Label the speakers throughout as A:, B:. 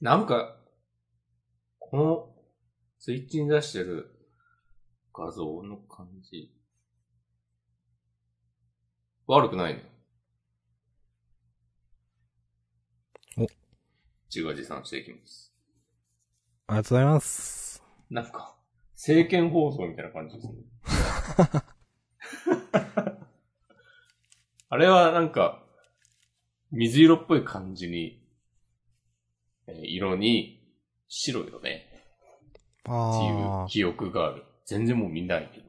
A: なんか、この、ツイッチに出してる画像の感じ、悪くないね。
B: お
A: 自画自賛していきます。
B: ありがとうございます。
A: なんか、政見放送みたいな感じですね。あれはなんか、水色っぽい感じに、えー色に白よね。ってい
B: あ
A: う記憶がある。全然もう見ないけど。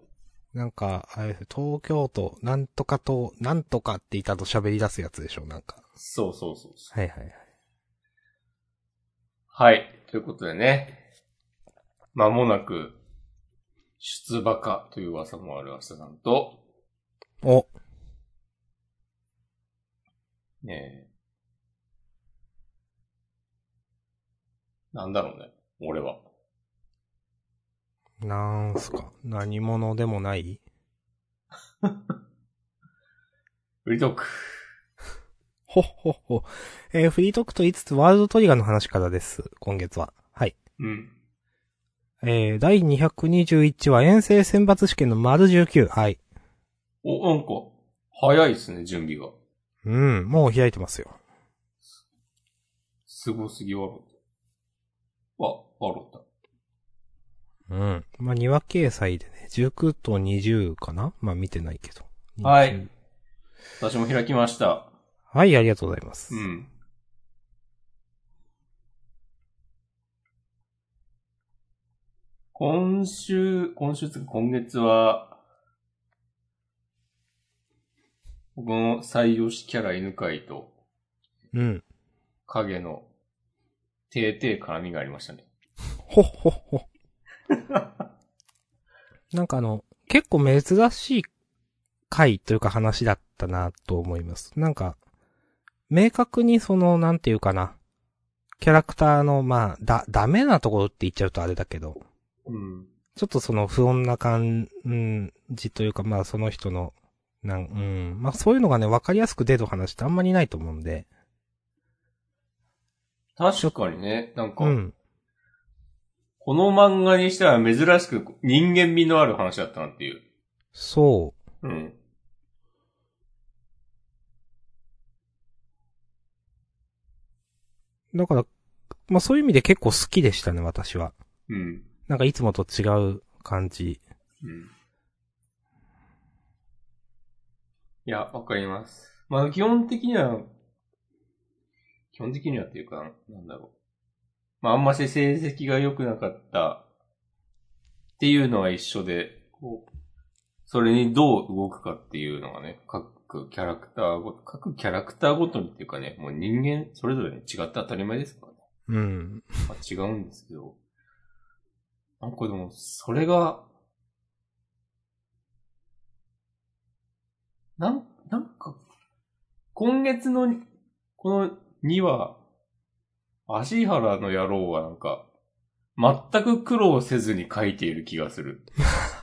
B: あ、なんか、あれです東京都、なんとかと、なんとかって言ったと喋り出すやつでしょ、なんか。
A: そうそうそうそう。
B: はいはいはい。
A: はい。ということでね、まもなく、出馬かという噂もある明日さんと、
B: お、
A: ねえ、なんだろうね、俺は。
B: なんすか。何者でもない
A: 売りトーク。
B: ほっほっほ。えーフリートークと言いつつワールドトリガーの話からです。今月は。はい。
A: うん。
B: えー、第221話遠征選抜試験の丸19。はい。
A: お、なんか、早いですね、準備が。
B: うん、もう開いてますよ。
A: すごすぎわろった。あ、わろった。
B: うん。まあ、2話掲載でね、19と20かなまあ、見てないけど。
A: はい。私も開きました。
B: はい、ありがとうございます。
A: うん。今週、今週つうか今月は、僕の採用しキャラ犬飼と
B: うん。
A: 影のてーてー絡みがありましたね。
B: ほっほっほ。なんかあの、結構珍しい回というか話だったなと思います。なんか、明確にその、なんていうかな。キャラクターの、まあ、だ、ダメなところって言っちゃうとあれだけど、
A: うん。
B: ちょっとその不穏な感うんじというか、まあその人の、なん、うん、まあそういうのがね、わかりやすく出る話ってあんまりないと思うんで、
A: 確かにね、なんか、
B: うん。
A: この漫画にしては珍しく人間味のある話だったなっていう。
B: そ
A: うん。
B: う。だから、まあそういう意味で結構好きでしたね、私は。
A: うん。
B: なんかいつもと違う感じ。
A: うんいや、わかります。まあ、基本的には、基本的にはっていうか、なんだろう。まあ、あんまし成績が良くなかったっていうのは一緒で、こう、それにどう動くかっていうのがね、各キャラクターごと、各キャラクターごとにっていうかね、もう人間それぞれに違って当たり前ですからね。
B: うん。
A: まあ、違うんですけど。なんかでも、それが、なん、なんか、今月の、この2話、足原の野郎はなんか、全く苦労せずに書いている気がする。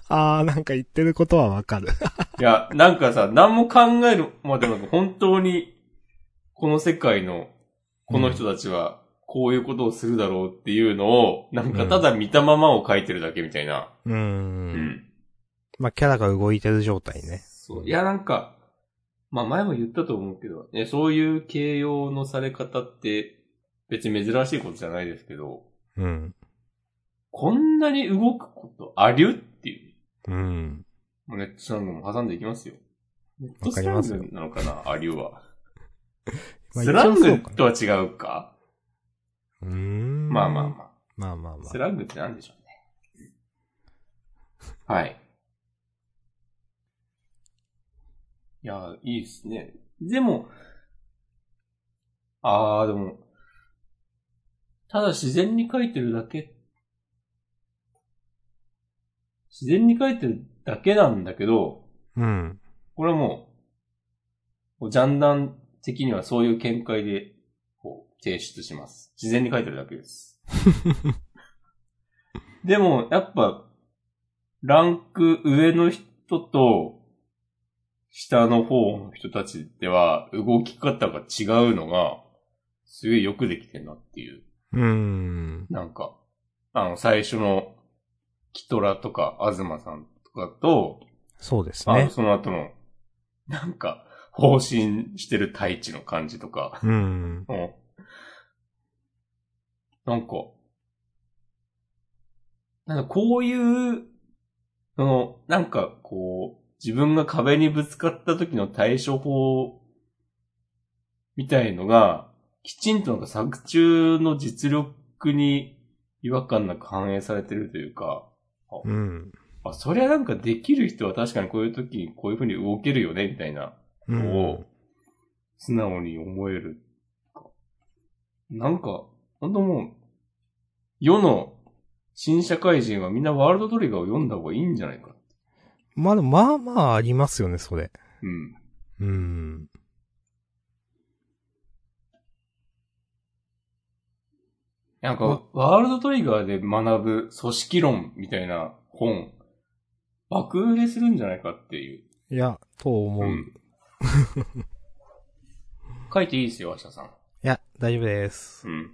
B: あー、なんか言ってることはわかる。
A: いや、なんかさ、何も考えるまでもなく、本当に、この世界の、この人たちは、こういうことをするだろうっていうのを、なんかただ見たままを書いてるだけみたいな。
B: う。。
A: うん
B: まあキャラが動いてる状態ね。
A: そう。いや、なんか、まあ前も言ったと思うけど、ね、そういう形容のされ方って、別に珍しいことじゃないですけど、
B: うん。
A: こんなに動くことありゅっていう。
B: うん。
A: もうネットスラングも挟んでいきますよ。ネット
B: わか
A: ス
B: り
A: ラン
B: ますよ
A: グなのかな、ありゅは。
B: まあ
A: スラン
B: 一応そう
A: グ
B: かな
A: とは違うか
B: うーん。
A: まあまあま
B: まあ。まあ
A: あ。
B: まあ
A: スラングってなんでしょうね。はい。いや、いいっすね。でも、あー、でも、ただ自然に書いてるだけ、自然に書いてるだけなんだけど、
B: うん。
A: これはもう、こうジャンダン的にはそういう見解で、こう、提出します。自然に書いてるだけです。 でも、やっぱ、ランク上の人と、下の方の人たちでは、動き方が違うのが、すげえよくできてるなっていう。
B: うーん。
A: なんか、あの、最初の、キトラとか、アズマさんとかと、
B: そうです
A: あ
B: ね
A: の、。その後の、なんか、方針してる太一の感じとか、
B: うん。
A: うん。なんか、なんかこういう、その、なんかこう、自分が壁にぶつかった時の対処法みたいのが、きちんとなんか作中の実力に違和感なく反映されてるというか、
B: うん。
A: あ、そりゃなんかできる人は確かにこういう時にこういう風に動けるよね、みたいな
B: う
A: の
B: ん
A: を。素直に思える。なんか、ほんともう、世の新社会人はみんなワールドトリガーを読んだ方がいいんじゃないか。
B: まあでも、まあまあありますよね、それ。
A: うん。
B: うん。
A: なん
B: ま
A: か、ワールドトリガーで学ぶ組織論みたいな本、爆売れするんじゃないかっていう。
B: いや、と思う。
A: う
B: い
A: ん書いていいですよ、明日さん。
B: や、大丈夫です。
A: うん。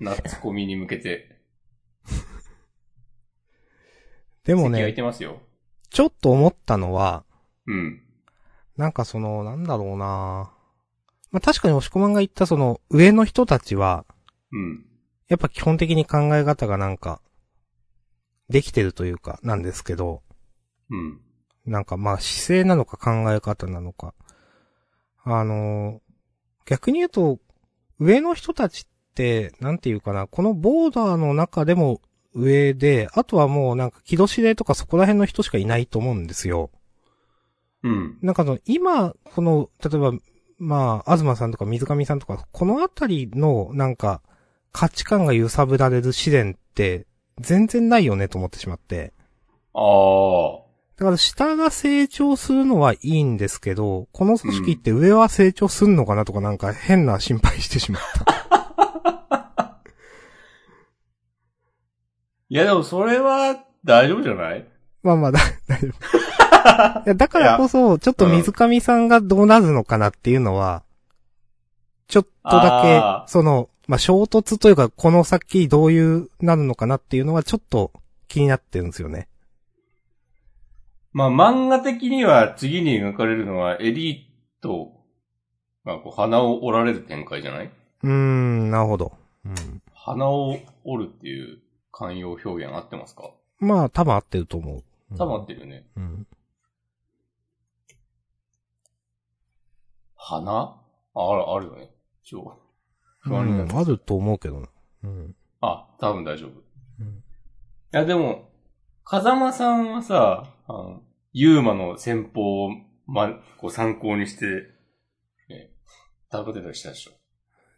A: 夏コミに向けて。
B: でも
A: 席空い
B: ね、
A: てますよ。
B: ちょっと思ったのは、
A: うん。
B: なんかその、なんだろうなまあ確かに押し込まんが言ったその、上の人たちは、
A: うん。
B: やっぱ基本的に考え方がなんか、できてるというか、なんですけど、
A: うん。
B: なんかまあ姿勢なのか考え方なのか。あのー逆に言うと、上の人たちって、なんていうかな、このボーダーの中でも上で、あとはもうなんか木戸司令とかそこら辺の人しかいないと思うんですよ。
A: うん。
B: なんかその、今、この、例えば、まあ、東さんとか水上さんとか、このあたりの、なんか、価値観が揺さぶられる試練って、全然ないよねと思ってしまって。
A: ああ。
B: だから下が成長するのはいいんですけど、この組織って上は成長すんのかなとかなんか変な心配してしまった。
A: いやでもそれは大丈夫じゃない
B: まあまあ、 だ、大丈夫。い や、だからこそ、ちょっと水上さんがどうなるのかなっていうのは、ちょっとだ
A: あー
B: け、その、まあ、衝突というか、この先どういう、なるのかなっていうのは、ちょっと気になってるんですよね。
A: まあ漫画的には次に描かれるのはエリートがこう鼻を折られる展開じゃないう
B: ーん、なるほど。うん。
A: 鼻を折るっていう慣用表現合ってますか
B: まあ、多分合ってると思う。
A: 多分合ってるよね。
B: うん。
A: 鼻あ、ある、あるよね。一応。不安にな
B: う
A: る
B: ん、あると思うけどな。うん。
A: あ、多分大丈夫。い
B: うん
A: やでも、風間さんはさ、あの、ユーマの戦法を、ま、こう参考にして、ね、戦ってたりしたでしょ。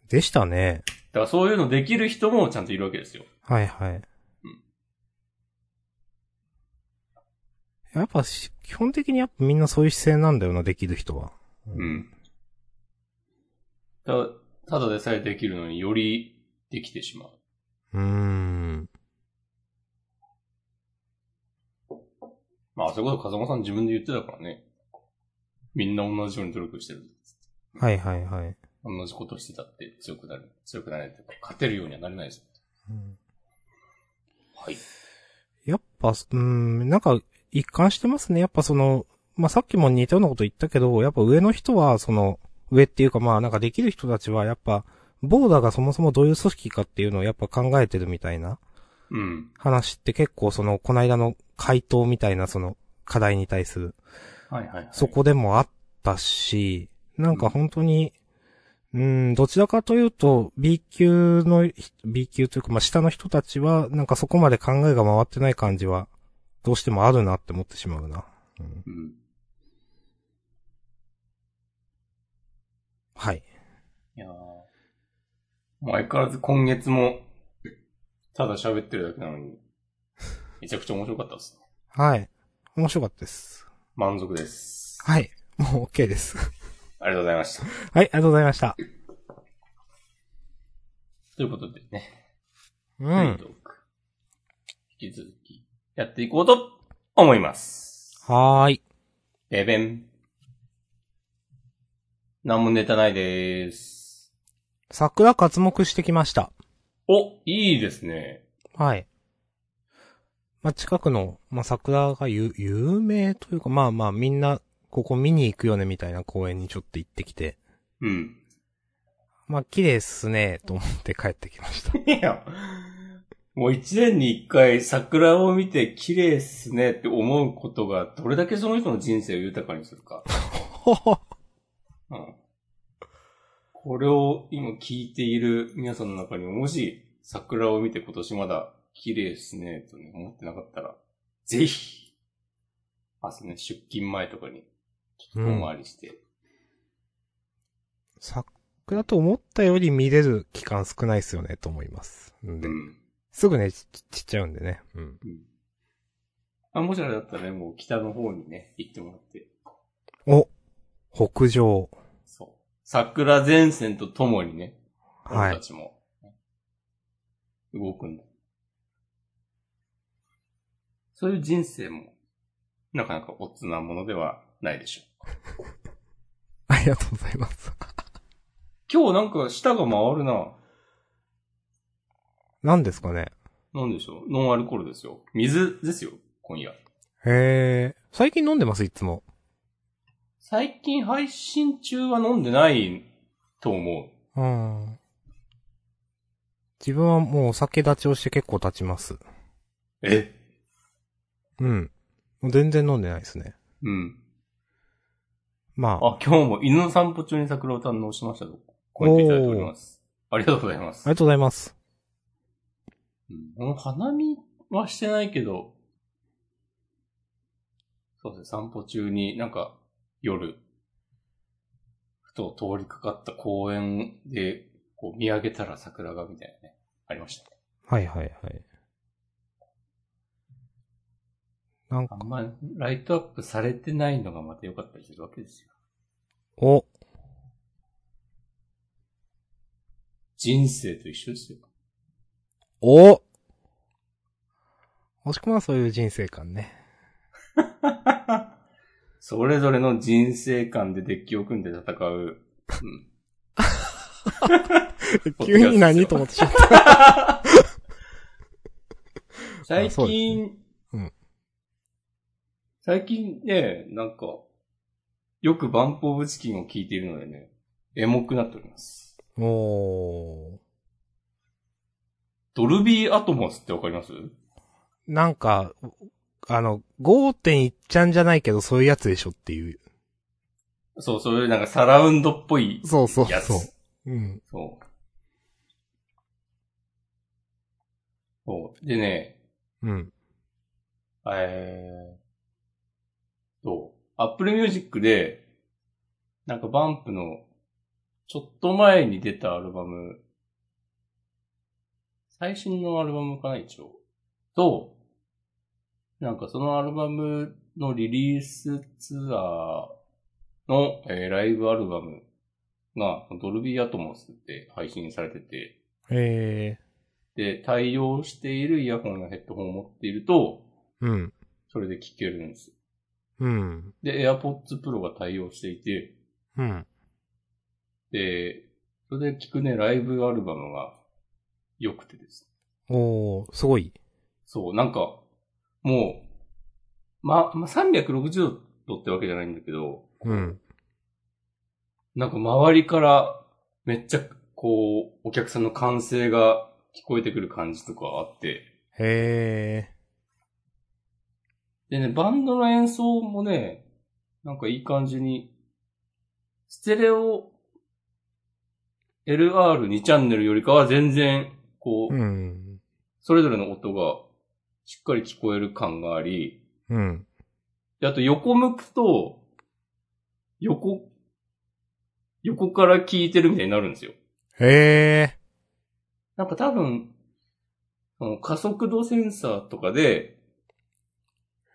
B: でしたね。
A: だからそういうのできる人もちゃんといるわけですよ。
B: はいはい。やっぱし、基本的にやっぱみんなそういう姿勢なんだよな、できる人は。
A: う。ん。たただでさえできるのによりできてしまう。
B: うーん。
A: まあ、そういうこと風間さん自分で言ってたからね。みんな同じように努力してる。
B: はいはいはい。
A: 同じことしてたって強くなる。強くなれるとか、勝てるようにはなれないです。
B: うん
A: はい。
B: やっぱ、うーん、なんか、一貫してますね。やっぱその、まあ、さっきも似たようなこと言ったけど、やっぱ上の人は、その、上っていうかまあ、なんかできる人たちは、やっぱ、ボーダーがそもそもどういう組織かっていうのをやっぱ考えてるみたいな。
A: うん。
B: 話って結構その、この間の回答みたいなその課題に対する、
A: はいはい、はい。
B: そ。こでもあったし、なんか本当に、うん、どちらかというと、B 級のひ、B 級というか、まあ、下の人たちは、なんかそこまで考えが回ってない感じは、どうしてもあるなって思ってしまうな。うん
A: うん。
B: はい。
A: いやーもう相変わらず今月も、ただ喋ってるだけなのに、めちゃくちゃ面白かったですね。
B: はい。面白かったです。
A: 満足です。
B: はい。もう OK です。はい、
A: ありがとうございました。
B: ありがとうございました。
A: ということでね。
B: う
A: フリー
B: ん。
A: トーク引き続きやっていこうと思います。
B: はーい。
A: ベベン。何もネタないでーす。
B: 桜活目してきました。
A: お、いいですね。
B: はい。まあ、近くの、まあ、桜が有、有名というか、まあまあ、みんな、ここ見に行くよね、みたいな公園にちょっと行ってきて、
A: うん。
B: まあ、綺麗っすね、と思って帰ってきました。
A: いや、もう一年に一回桜を見て綺麗っすねって思うことがどれだけその人の人生を豊かにするか。 うん。これを今聞いている皆さんの中にももし桜を見て今年まだ綺麗っすねとね思ってなかったら、ぜひ、朝ね、出勤前とかに、ちょっと遠回りして、
B: 桜と思ったより見れる期間少ないっすよね、と思います。んで
A: う、ん。
B: すぐね、ちちっちゃうんでね。うん。
A: あ、もしあれだったらね、もう北の方にね、行ってもらって。
B: お北上。
A: そう。桜前線とともにね、
B: はい
A: 俺たちも、動くんだ。そういう人生も、なかなかおつなものではないでしょう。
B: ありがとうございます。
A: 今日なんか舌が回るな。
B: 何ですかね
A: なんでしょう。ノンアルコールですよ。水ですよ、今夜。
B: へえ。最近飲んでます、いつも。
A: 最近配信中は飲んでないと思
B: うん。自分はもうお酒立ちをして結構立ちます。
A: う。え
B: うん。もう全然飲んでないですね。
A: うん。
B: まあ、あ
A: あ、今日も犬の散歩中に桜を堪能しましたと。コメントいただいております。ありがとうございます
B: り。がとうございます。
A: うん、花見はしてないけど、そうですね、散歩中になんか夜、ふと通りかかった公園で、こう見上げたら桜がみたいなね、ありましたね。
B: はいはいはい。なんか
A: あ、んまライトアップされてないのがまた良かったりするわけですよ。
B: お、
A: 人生と一緒ですよ。
B: おもしくはそういう人生観ね。
A: それぞれの人生観でデッキを組んで戦う。うん。
B: 急に 何と思ってしまった。
A: 最
B: そうです
A: 近、
B: うん
A: 最近ね、なんか、よくバンプオブチキンを聞いているのでね、エモくなっております。
B: おー。
A: ドルビーアトモスってわかります
B: なんか、あの、5.1ちゃんじゃないけどそういうやつでしょっていう。
A: そう、そういうなんかサラウンドっぽい
B: そうそう
A: やつ。
B: そう。うん。
A: そう。そう。でね、
B: うん。
A: えー、そう。アップルミュージックで、なんかバンプの、ちょっと前に出たアルバム、最新のアルバムかな、一応。と、なんかそのアルバムのリリースツアーの、えーライブアルバムが、ドルビーアトモスって配信されてて、
B: え
A: で、対応しているイヤホンやヘッドホンを持っていると、
B: ー。うん。
A: それで聴けるんです。
B: うん。
A: で、AirPods Pro が対応していて、
B: うん。
A: で、それで聴くね、ライブアルバムが良くてですね。
B: おー、すごい。
A: そう、なんか、もう、ま、まあ、360度ってわけじゃないんだけど、
B: うん。
A: なんか周りからめっちゃ、こう、お客さんの歓声が聞こえてくる感じとかあって、
B: へ
A: でね、バンドの演奏もね、なんかいい感じに、ステレオ LR2 チャンネルよりかは全然、こ
B: ー。
A: う、
B: うん。
A: それぞれの音がしっかり聞こえる感があり、
B: うん。
A: であと横向くと、横、横から聞いてるみたいになるんですよ。
B: へー。
A: なんか多分、その加速度センサーとかで、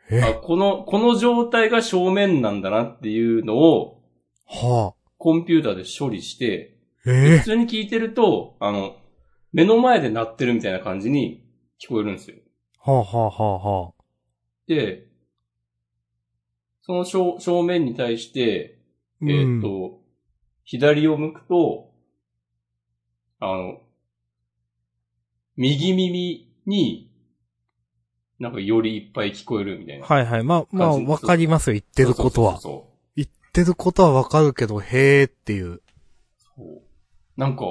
B: え
A: あこの、この状態が正面なんだなっていうのを、
B: は
A: コンピューターで処理して、
B: あ。え
A: 普通に聞いてると、あの、目の前で鳴ってるみたいな感じに聞こえるんですよ。
B: はあはあはあはあ。
A: で、その正正面に対して、え
B: え
A: ーっ、と、左を向くと、あの、右耳に、なんかよりいっぱい聞こえるみたいな。
B: はいはい。まあ、まあ、
A: 感じ
B: わかりますよ。言ってることは。
A: そう
B: 言ってることはわかるけど、へーっていう。
A: そうそうそうなんか、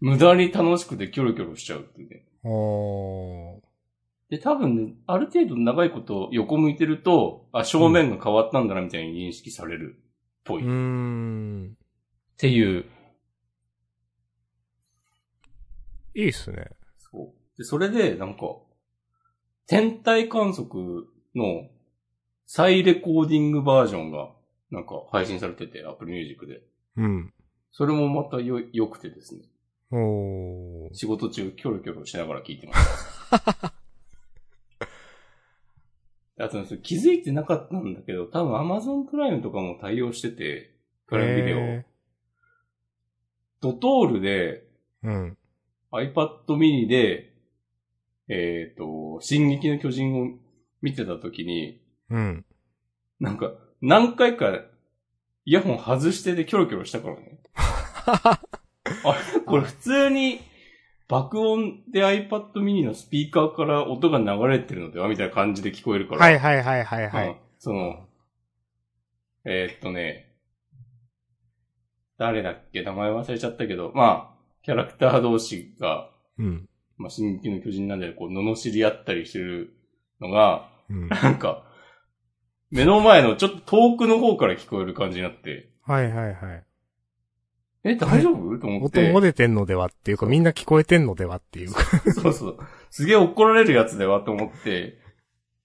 A: 無駄に楽しくてキョロキョロしちゃうっていうね。
B: おー。
A: で、多分ね、ある程度長いこと横向いてると、あ、正面が変わったんだなみたいに認識されるっぽ
B: う
A: い。
B: ー
A: っ
B: ん。
A: ていう。
B: いいっすね。
A: そう。で、それで、なんか、天体観測の再レコーディングバージョンが、なんか配信されてて、Apple Music で。
B: うん。
A: それもまたよ、良くてですね。
B: おー。
A: 仕事中、キョロキョロしながら聞いてました。あとね、それ気づいてなかったんだけど、多分 Amazon プライムとかも対応してて、プライムビデ
B: へ
A: オ。ドトールで、
B: ーうん。
A: iPad mini で、えっ、と、進撃の巨人を見てた時に、
B: うん。
A: なんか、何回か、イヤホン外してでキョロキョロしたからね。 あれこれ普通に、爆音で iPad mini のスピーカーから音が流れてるのではみたいな感じで聞こえるから。
B: はいはいはいはいは
A: うん
B: い。
A: その、えーっとね、誰だっけ名前忘れちゃったけど、まあ、キャラクター同士が
B: うん。
A: まあ、進撃の巨人なんで、こう、罵り合ったりしてるのが、
B: うん。
A: なんか、目の前のちょっと遠くの方から聞こえる感じになって、
B: はいはいはい。
A: え、大丈夫と思っ
B: 音
A: て
B: 漏、れてんのではっていうか、みんな聞こえてんのではっていうか。
A: そうそう、すげえ怒られるやつだわと思って、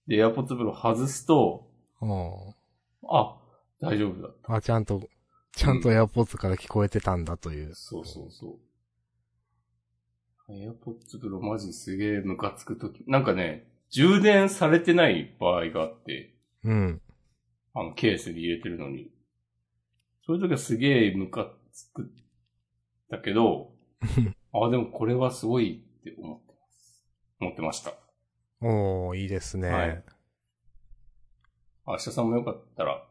A: で、エアポッツブロ外すと、
B: うん
A: あ、大丈夫だ。
B: あ、ちゃんと、ちゃんとエアポッツから聞こえてたんだという。
A: そうそうそう。エアポッツブロマジすげえムカつくとき、なんかね、充電されてない場合があって、
B: うん。
A: あの、ケースに入れてるのに。そういう時はすげえムカつく、だけど、あ、でもこれはすごいって思ってます。思ってました。
B: おー、いいですね。
A: はい明日さんもよかったら。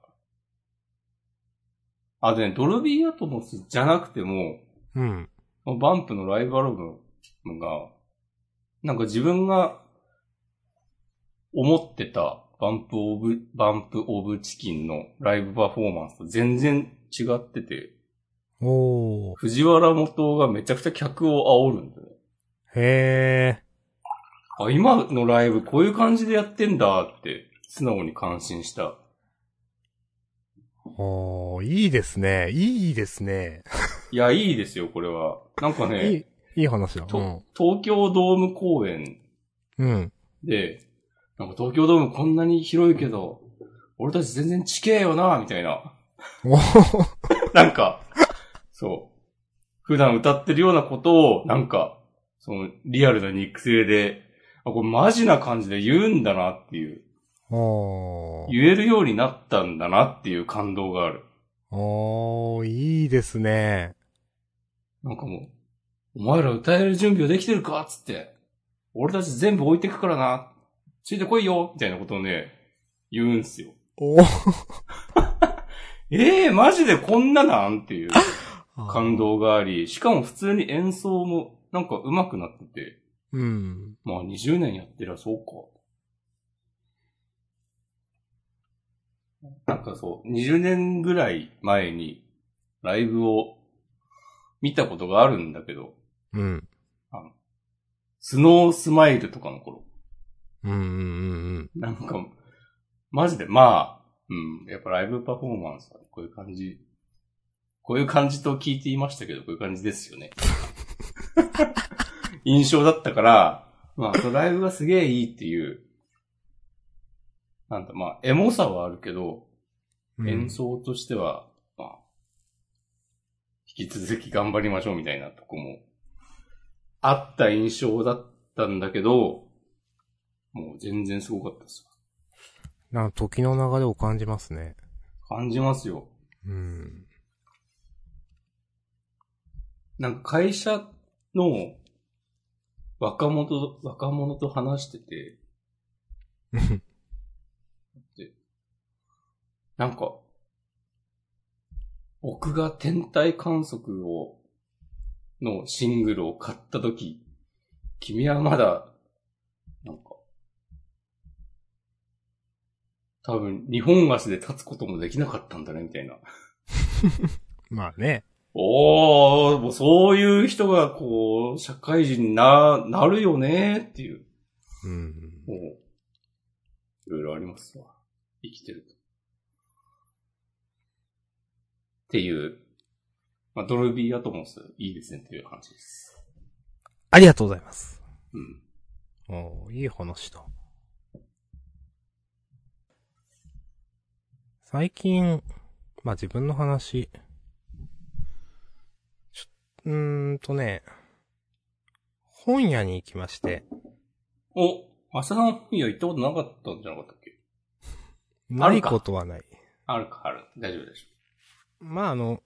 A: あ、でね、ドルビーアトモスじゃなくても、
B: うん。
A: バンプのライブアルバムが、なんか自分が思ってたバンプオブ、バンプオブチキンのライブパフォーマンスと全然違ってて、
B: おー。
A: 藤原元がめちゃくちゃ客を煽るんだよね。
B: へ
A: あ、今のライブこういう感じでやってんだって、素直に感心した。
B: ー。おー、いいですね。いいですね。
A: いや、いいですよ、これは。なんか
B: い
A: ね
B: い、、いい話だ。う
A: と
B: ん。
A: 東京ドーム公演
B: うん。
A: で、なんか東京ドームこんなに広いけど、俺たち全然ちけえよな、みたいな。
B: おー。
A: なんか、そう。普段歌ってるようなことを、なんか、その、リアルな肉声で、あ、これマジな感じで言うんだなっていう。
B: おー。
A: 言えるようになったんだなっていう感動がある。
B: おー、いいですね。
A: なんかもう、お前ら歌える準備はできてるかっつって。俺たち全部置いてくからな。ついてこいよみたいなことをね、言うんすよ。
B: おー。
A: ええー、マジでこんななんっていう感。動があり、しかも普通に演奏もなんか上手くなってて、
B: うん。
A: まあ20年やってりゃそうか。なんかそう、20年ぐらい前にライブを見たことがあるんだけど、
B: うん。
A: スノースマイルとかの頃。
B: うんうんうん
A: なんか、マジで、まあ、うん、やっぱライブパフォーマンスはこういう感じ、こういう感じと聞いていましたけど、こういう感じです よね。印象だったから、まあ、そのライブがすげえいいっていう、なんだ、まあ、エモさはあるけど、
B: うん。
A: 演奏としては、まあ、引き続き頑張りましょうみたいなとこも、あった印象だったんだけど、もう全然すごかったです
B: なんか時の流れを感じますね。
A: 感じますよ。
B: うん。
A: なんか会社の若者と、若者と話してて、なんか、僕が天体観測を、のシングルを買った時、君はまだ、なんか、多分、日本足で立つこともできなかったんだね、みたいな。
B: まあね。
A: おー、もうそういう人が、こう、社会人にな、なるよね、っていう。
B: うん。
A: もう、いろいろありますわ。生きてると。っていう、まあ、ドルビーアトモス、いいですね、っていう話です。
B: ありがとうございます。
A: うん。
B: おーいい話だ。最近、まあ自分の話、ちょ、うーんとね、本屋に行きまして、
A: お、浅田の本屋行ったことなかったんじゃなかったっけ
B: なることはない。
A: あるか、ある。大丈夫でし
B: まああの、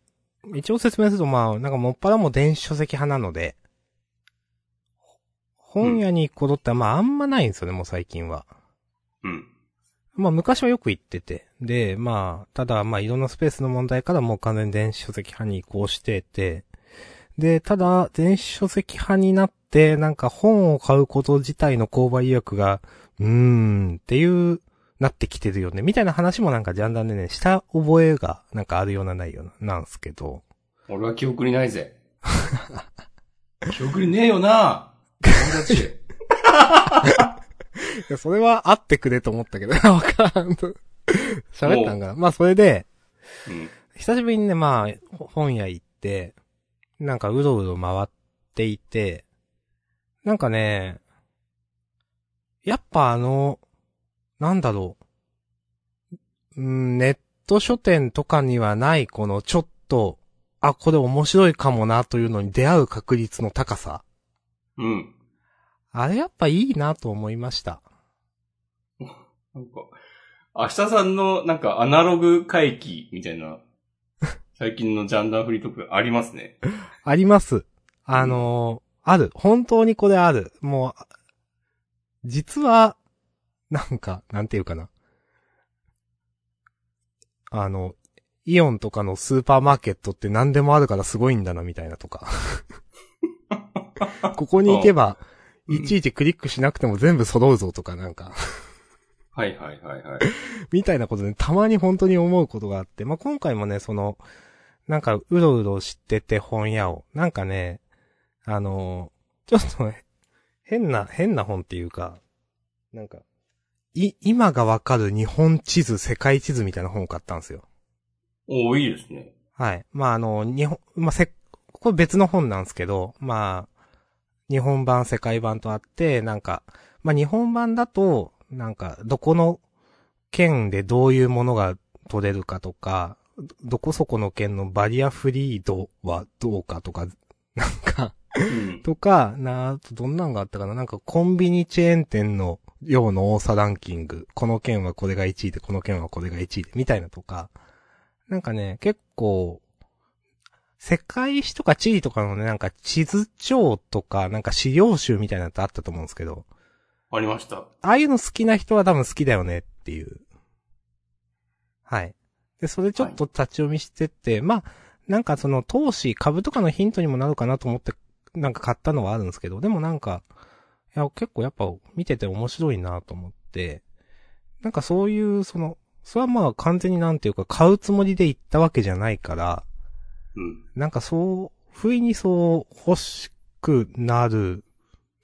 B: 一応説明するとまあ、なんかもっぱらもう電子書籍派なので、本屋に行くことってまああんまないんですよね、もう最近は。
A: ょ。うん。
B: まあ昔はよく行ってて。で、まあ、ただまあいろんなスペースの問題からもう完全に電子書籍派に移行してて。で、ただ電子書籍派になって、なんか本を買うこと自体の購買意欲が、うーんっていう、なってきてるよね。みたいな話もなんかジャンダンでね、した覚えがなんかあるようなないような、なんすけど。
A: 俺は記憶にないぜ。記憶にねえよな友達。
B: いや、それはあってくれと思ったけど、 わからんと。喋ったんかな。まあそれで、
A: うん。
B: 久しぶりにね、まあ、ほ本屋行って、なんかうろうろ回っていて、なんかね、やっぱあの、なんだろう、うんネット書店とかにはないこのちょっと、あ、これ面白いかもなというのに出会う確率の高さ。
A: うん。
B: あれやっぱいいなと思いました。
A: なんか、明日さんのなんかアナログ回帰みたい な、最近のジャンダーフリートークありますね。
B: あります。あのーある。本当にこれある。もうあ、実は、なんか、なんていうかな。あの、イオンとかのスーパーマーケットって何でもあるからすごいんだな、みたいなとか。ここに行けば、いちいちクリックしなくても全部揃うぞとかなんか、
A: はいはいはいはい。
B: みたいなことでたまに本当に思うことがあって、まあ、今回もね、その、なんか、うろうろしてて本屋を、なんかね、あのーちょっとね、変な、変な本っていうか、なんか、い、今がわかる日本地図、世界地図みたいな本を買ったんですよ。
A: おーいいですね。
B: はい。まあ、あの、日本、まあ、せ、これ別の本なんですけど、まあ、日本版、世界版とあって、なんか、まあ、日本版だと、なんか、どこの県でどういうものが取れるかとか、どどこそこの県のバリアフリー度はどうかとか、なんか、
A: うん。
B: とか、なあとどんなんがあったかななんかコンビニチェーン店の量の多さランキング。この県はこれが1位で、この県はこれが1位で、みたいなとか。なんかね、結構、世界史とか地理とかのね、なんか地図帳とか、なんか資料集みたいなのってあったと思うんですけど、
A: ありました。
B: ああいうの好きな人は多分好きだよねっていう。はい。で、それちょっと立ち読みしてって、まあ、なんかその投資、株とかのヒントにもなるかなと思って、なんか買ったのはあるんですけど、でもなんか、いや、結構やっぱ見てて面白いなと思って、なんかそういう、その、それはまあ完全になんていうか買うつもりで行ったわけじゃないから、
A: うん。
B: なんかそう、不意にそう欲しくなる、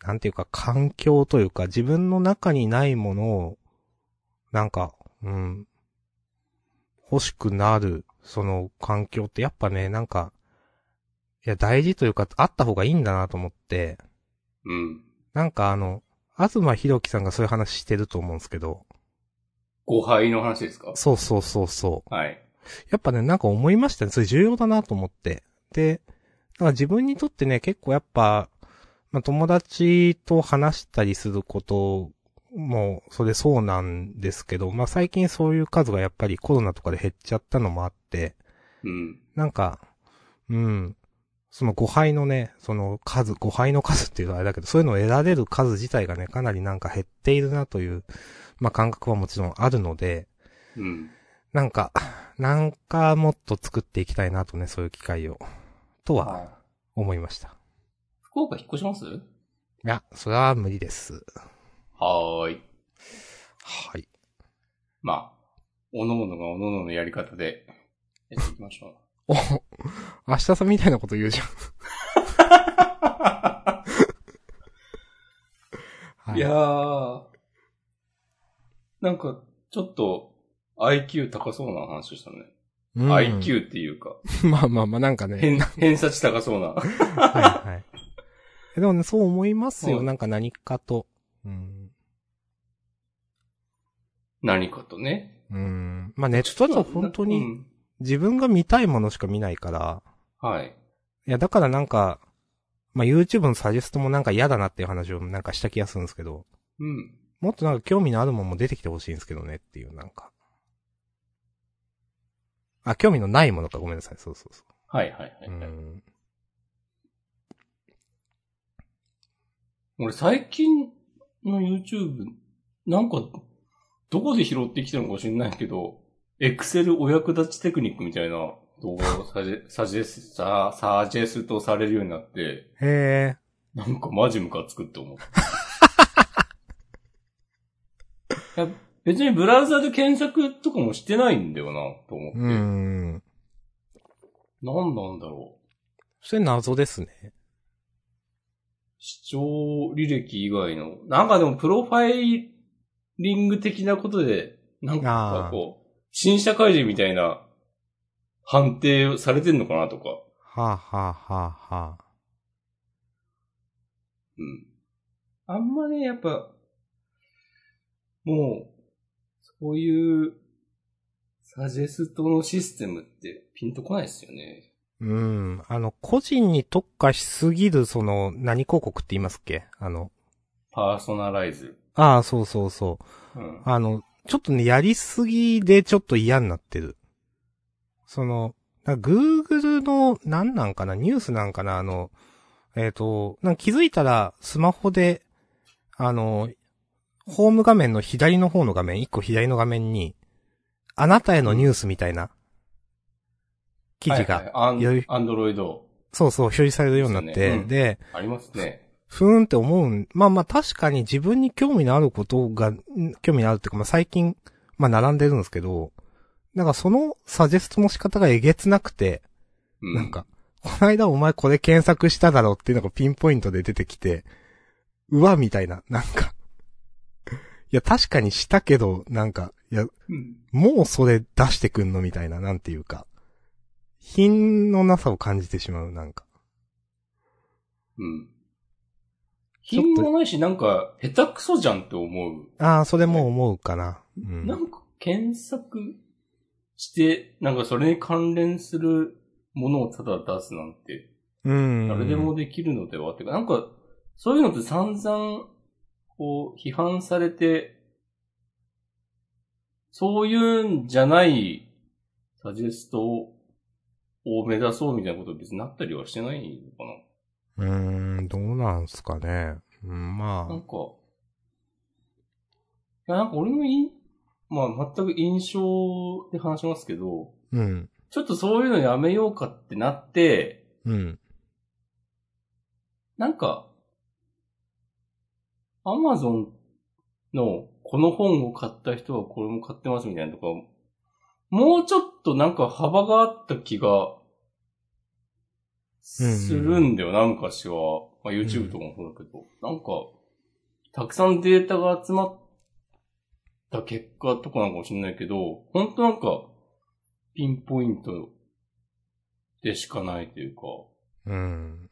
B: なんていうか環境というか自分の中にないものを、なんか、うん、欲しくなる、その環境ってやっぱね、なんか、いや大事というかあった方がいいんだなと思って、
A: うん。
B: なんかあの、東博樹さんがそういう話してると思うんですけど、
A: 誤配の話ですか
B: そうそうそうそう。
A: はい。
B: やっぱね、なんか思いましたね。それ重要だなと思って。で、なんか自分にとってね、結構やっぱ、まあ、友達と話したりすることも、それそうなんですけど、まあ、最近そういう数がやっぱりコロナとかで減っちゃったのもあって、
A: うん。
B: なんか、うん、その誤配のね、その数、誤配の数っていうのはあれだけど、そういうのを得られる数自体がね、かなりなんか減っているなという、まあ、感覚はもちろんあるので、
A: うん。
B: なんか、なんかもっと作っていきたいなとね、そういう機会を、とは
A: はい
B: 思いました。
A: 福岡引っ越します
B: いや、それは無理です。
A: はーい。
B: はい。
A: まあ、おのおのがおのおののやり方で、やっていきましょう。
B: お、明日さんみたいなこと言うじゃん。 はい
A: やー。なんか、ちょっと、IQ 高そうな話したね。
B: うん
A: IQ っていうか、
B: まあまあまあ、なんかね。
A: 偏、偏差値高そうな。
B: はいはい。えでもね、そう思いますよ。
A: はい
B: なんか何かと。うん。
A: 何かとね。
B: うん。まあネットだと本当
A: う
B: に
A: ん
B: 自分が見たいものしか見ないから。
A: はい。
B: いや、だからなんか、まあ YouTube のサジェストもなんか嫌だなっていう話をなんかした気がするんですけど、
A: うん。
B: もっとなんか興味のあるもんも出てきてほしいんですけどねっていうなんか。あ、興味のないものか。ごめんなさい。そうそうそ
A: はいはいは
B: う。う
A: い、はい
B: ん。
A: 俺最近の YouTube、なんか、どこで拾ってきたのか知んないけど、Excel お役立ちテクニックみたいな動画をサジェ サジェス、ササジェストされるようになって、
B: へえ。
A: なんかマジムカつくって 思う。いや別にブラウザで検索とかもしてないんだよな、と思って。
B: う
A: なん、
B: ん。
A: 何なんだろう。
B: それ謎ですね。
A: 視聴履歴以外の。なんかでもプロファイリング的なことで、なんかこう、新社会人みたいな判定をされてんのかなとか。
B: はあ、はあはあはあ、
A: うん。あんまね、やっぱ、もう、そういう、サジェストのシステムってピンとこないですよね。
B: うん。あの、個人に特化しすぎる、その、何広告って言いますっけあの、
A: パーソナライズ。
B: ああ、そうそうそう。
A: うん。
B: あの、ちょっとね、やりすぎでちょっと嫌になってる。その、なんか Google の、なんなんかな、ニュースなんかな、あの、えっ、と、なんか気づいたら、スマホで、あの、ホーム画面の左の方の画面、一個左の画面に、あなたへのニュースみたいな、記事が
A: はいはい
B: よ
A: ア
B: い
A: ンアンドロイド。
B: そうそう、表示されるようになっ
A: です
B: て、
A: よ
B: で
A: ねうんありますね。
B: ふーんって思うん。まあまあ確かに自分に興味のあることが、ん興味のあるっていうか、まあ最近、まあ並んでるんですけど、なんかそのサジェストの仕方がえげつなくて、
A: うん。
B: なんか、こないだお前これ検索しただろっていうのがピンポイントで出てきて、うわ、みたいな、なんか。 いや、確かにしたけど、なんか、いや、
A: うん。
B: もうそれ出してくんのみたいな、なんていうか。品のなさを感じてしまう、なんか。
A: うん。
B: ちょっ
A: 品
B: と
A: もないし、なんか、下手くそじゃんって思う。
B: ああ、それも思うかな。うん。
A: なんか検索して、なんかそれに関連するものをただ出すなんて、
B: うん。
A: 誰でもできるのではってか、なんか、そういうのって散々、こう、批判されて、そういうんじゃないサジェストを目指そうみたいなこと別になったりはしてないのか
B: うーん、どうなんすかね。うん、
A: ななん
B: ま
A: か、いや、なんか俺のい、まあ全く印象で話しますけど、
B: あ、うん、
A: ちょっとそういうのやめようかってなって、
B: うん、
A: なんか、アマゾンのこの本を買った人はこれも買ってますみたいなとか、もうちょっとなんか幅があった気がするんだよな、昔は。まあ、YouTube とかもそうだけど。なんか、たくさんデータが集まった結果とかなのかもしれないけど、ほんとなんか、ピンポイントでしかないというか。
B: うん、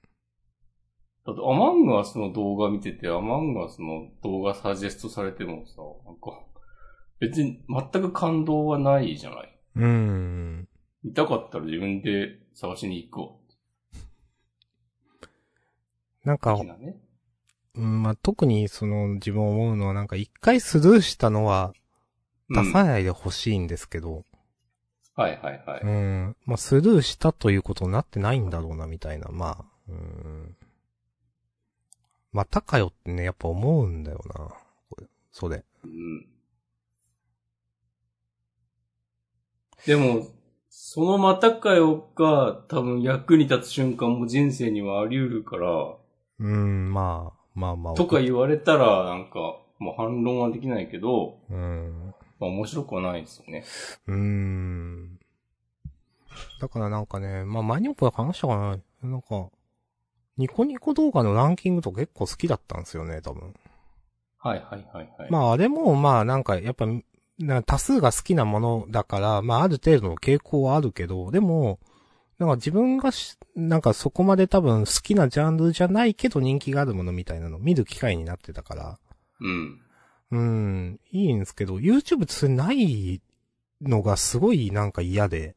A: だって、アマングアスの動画見てて、アマングアスの動画サジェストされてもさ、なんか、別に全く感動はないじゃない。
B: うん。
A: 見たかったら自分で探しに行
B: なん
A: く
B: か
A: わ。的、なね。
B: うんまあ、特にその自分思うのはなんか一回スルーしたのは出
A: う
B: さ
A: ん
B: ないでほしいんですけど、
A: はいはいは
B: う
A: い。
B: ん、まあスルーしたということになってないんだろうな、みたいな、まあ、うん。またかよってね、やっぱ思うんだよな。これそれ。
A: うん。でも、そのまたかよが多分役に立つ瞬間も人生にはあり得るから、
B: うん、まあ、まあまあ。
A: とか言われたら、なんか、もう反論はできないけど、
B: うん。
A: まあ面白くはないですよね。
B: うーん。だからなんかね、まあ、前にもこれ話したかな。なんか、ニコニコ動画のランキングとか結構好きだったんですよね、多分。
A: はいはいはいはい。
B: まあ、あれも、まあ、なんか、やっぱ、な多数が好きなものだから、まあ、ある程度の傾向はあるけど、でも、なんか自分がし、なんかそこまで多分好きなジャンルじゃないけど人気があるものみたいなのを見る機会になってたから、
A: うん。
B: うん、いいんですけど、YouTube ってそれないのがすごいなんか嫌で、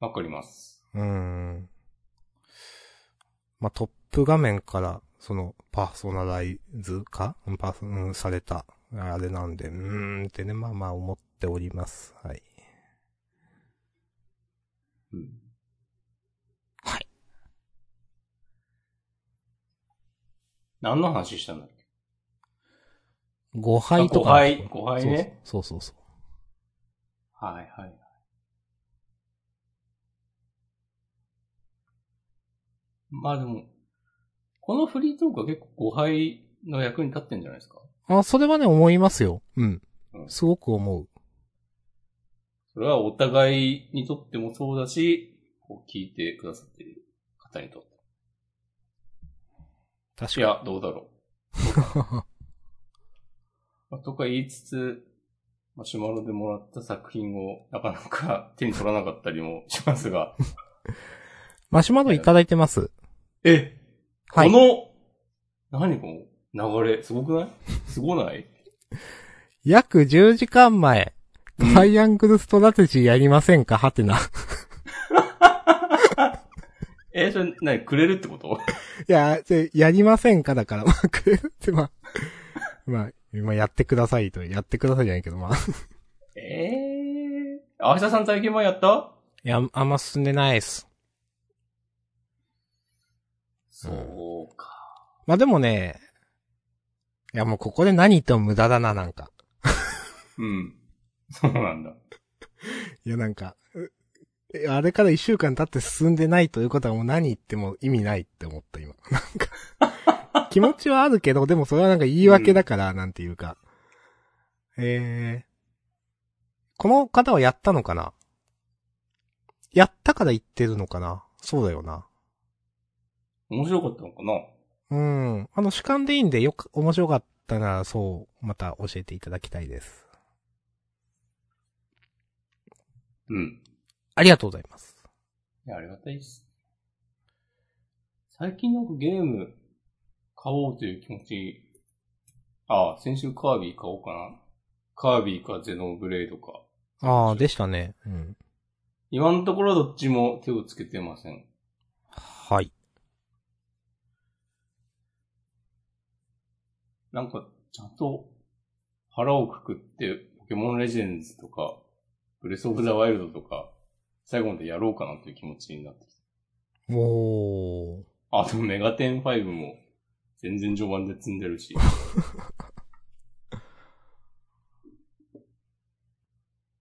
A: わかります。
B: うーん。まあ、トップ画面から、その、パーソナライズ化うんパーソ、うん、された、あれなんで、うーんってね、まあまあ思っております。はい。
A: うん。
B: はい。
A: 何の話したんだっけ
B: 誤配
A: あ
B: とか。
A: 誤配誤配ね
B: そうそう。そうそうそう。
A: はいはい。まあでも、このフリートークは結構誤配の役に立ってんじゃないですか
B: あ、それはね、思いますよ。うん
A: う。ん
B: すごく思う。
A: それはお互いにとってもそうだし、こう聞いてくださっている方にとっても。
B: 確
A: いや、どうだろ
B: か
A: う。 まあとか言いつつ、マシュマロでもらった作品をなかなか手に取らなかったりもしますが。
B: に。マシュマロいただいてます。
A: え、
B: はい。
A: この、何この流れ、すごくないすごない
B: 約10時間前、トライアングルストラテジーやりませんかはてな。い
A: え、それ、何、くれるってこと
B: や、でやりませんかだから、まあ、くれるって、まあ、 まあ、まあ、やってくださいと、やってくださいじゃないけど、まあ。い
A: ええー。明日さん体験版やった
B: や、あんま進んでないです。
A: そうか。
B: まあでもね、いやもうここで何言っても無駄だな、なんか。
A: うん。 そうなんだ。
B: いや、なんか、うえあれから一週間経って進んでないということはもう何言っても意味ないって思った、今。 なんか、気持ちはあるけど、でもそれはなんか言い訳だから、なんていうか。えー、この方はやったのかなやったから言ってるのかなそうだよな。
A: 面白かったのかな
B: うん。あの、主観でいいんで、よく、面白かったなら、そう、また教えていただきたいです。
A: うん。
B: ありがとうございます。
A: いや、ありがたいです。最近なんかゲーム買おうという気持ち、ああ、先週カービィ買おうかな。カービィかゼノブレイドか。
B: ああ、でしたね。うん。
A: 今のところどっちも手をつけてません。
B: はい。
A: なんか、ちゃんと腹をくくって、ポケモンレジェンズとか、ブレスオブザワイルドとか、最後までやろうかなという気持ちになってきた。
B: おー。
A: あと、メガテン5も、全然序盤で積んでるし。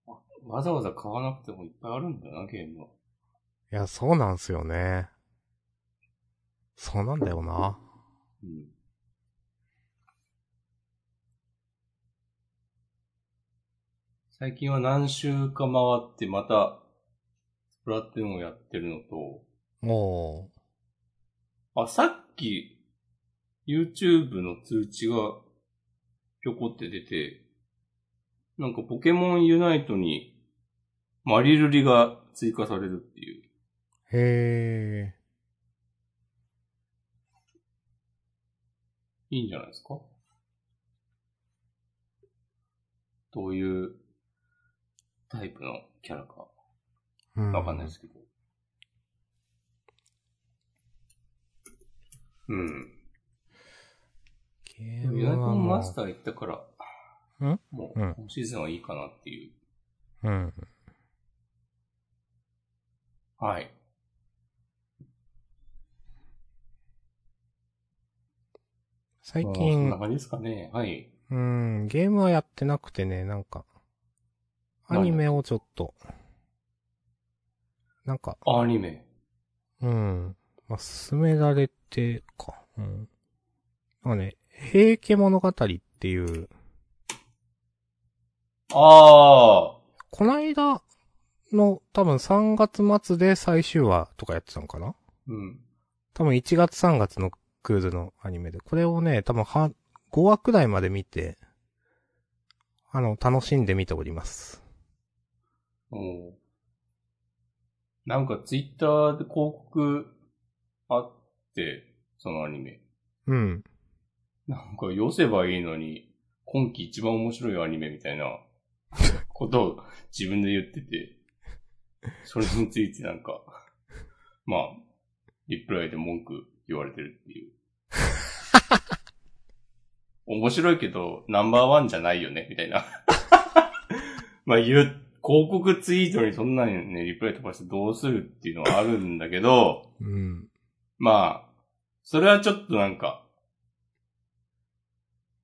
A: わわざわざ買わなくてもいっぱいあるんだよな、ゲームは。
B: いや、そうなんすよね。そうなんだよな。
A: うん。最近は何週か回ってまた、スプラトゥーンをやってるのと、
B: お
A: あ、さっき、YouTube の通知が、ひょこって出て、なんかポケモンユナイトに、マリルリが追加されるっていう。
B: ー。へ
A: いいんじゃないですかどういうタイプのキャラか、
B: ー。う
A: わかんないですけど。うん。
B: ゲー
A: ユ
B: ム
A: ナイ
B: は
A: ト
B: もう
A: マスター行ったから、
B: ん
A: もう、
B: うん
A: 今シーズンはいいかなっていう。
B: うん。
A: はい。
B: 最
A: まあそん
B: 近
A: な、感じですかね。はい。
B: うん、ゲームはやってなくてね、なんか、ア
A: 何
B: ニメをちょっと、なんか、
A: アニメ。
B: うん。まあ、進められてか。うん。なんかね、平家物語っていう、
A: ああ、
B: こないだの多分3月末で最終話とかやってたのかな
A: うん。
B: 多分1月3月のクールのアニメで、これをね、多分は5話くらいまで見て、あの、楽しんで見ております。
A: おうなんかツイッターで広告あって、そのアニメ。
B: うん。
A: なんか、寄せばいいのに、今季一番面白いアニメみたいな、ことを自分で言ってて、それについてなんか、まあ、リプライで文句言われてるっていう。面白いけど、ナンバーワンじゃないよね、みたいな。まあ言う、広告ツイートにそんなにね、リプライ飛ばしてどうするっていうのはあるんだけど、
B: うん。
A: まあ、それはちょっとなんか、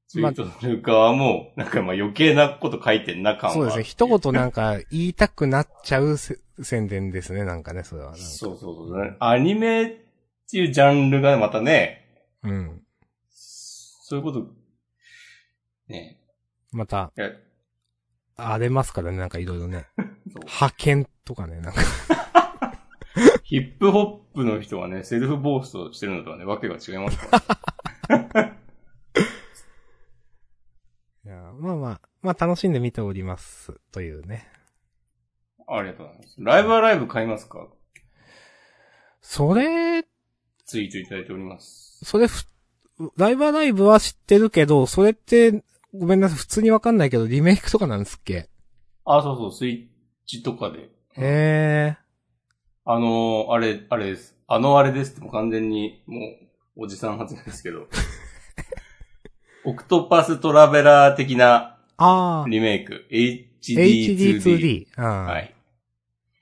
A: ツイ
B: まあ
A: ートする側も、なんかまあ余計なこと書いてんな感は。
B: そうですね。一言なんか言いたくなっちゃうせ宣伝ですね、なんかね、それはなんか。
A: そうそうそう、アニメっていうジャンルがまたね、
B: うん。
A: そういうこと、ね、
B: また、
A: いや
B: 荒れますからね、なんかいろいろね。
A: そう
B: 派遣とかね、なんか。
A: ヒップホップの人はね、セルフボーストしてるのとはね、わけが違いますから。
B: いやまあまあ、まあ楽しんで見ております、というね。
A: ありがとうございます。ライブはライブ買いますか
B: それ、
A: ツイートいただいております。
B: それふ、ライブアライブは知ってるけど、それって、ごめんなさい、普通にわかんないけど、リメイクとかなんですっけ
A: あ、そうそう、スイッチとかで。
B: へえ。
A: あのー、あれ、あれです。あのあれですってもう完全に、もう、おじさん発言ですけど。オクトパストラベラー的な
B: ああ、
A: リメイク。HD2D。
B: HD2D。うん。
A: は。
B: はい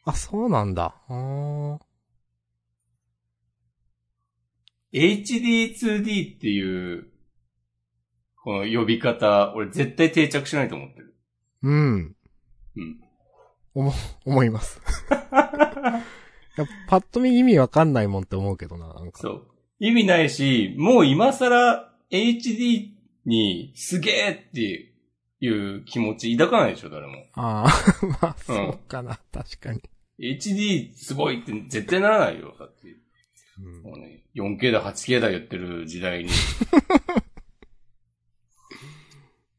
B: あ、そうなんだ。あー
A: HD2D っていう、この呼び方、俺絶対定着しないと思ってる。
B: うん。
A: うん。
B: 思 います。いやパッと見意味わかんないもんって思うけどな、なんか。
A: そう。意味ないし、もう今更 HD にすげえっていう気持ち抱かないでしょ、誰も。
B: ああ、 まあ、
A: うん
B: そうかな、確かに。
A: HD すごいって絶対ならないよ。だって、
B: うん
A: もうね、4K だ 8K だ言ってる時代に。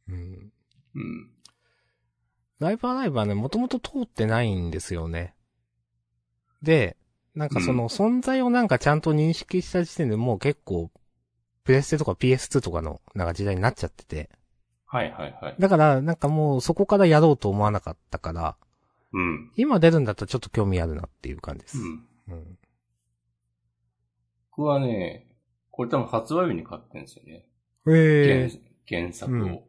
B: うん
A: うん。
B: ライブアライブはね、もともと通ってないんですよね。で、なんかその存在をなんかちゃんと認識した時点でもう結構、プレステとか PS2 とかのなんか時代になっちゃってて。
A: はいはいはい。
B: だから、なんかもうそこからやろうと思わなかったから、
A: うん。
B: 今出るんだったらちょっと興味あるなっていう感じで
A: う
B: す。
A: ん。
B: うん
A: 僕はね、これ多分発売日に買ってんですよね。
B: へえ。
A: 原原作を。
B: うん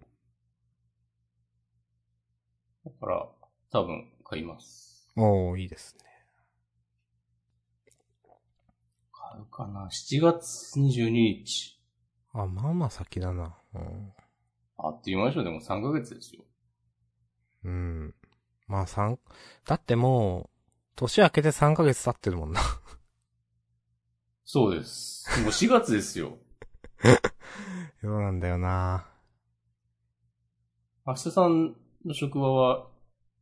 A: だから、多分買います。
B: おー、いいですね。
A: 買うかな ?7 月22日。
B: あ、まあまあ先だな。うん。
A: あって言いましょう。でも3ヶ月ですよ。
B: うん。まあ3、だってもう、年明けて3ヶ月経ってるもんな。
A: そうです。もう4月ですよ。
B: そうなんだよな。
A: 明日さんの職場は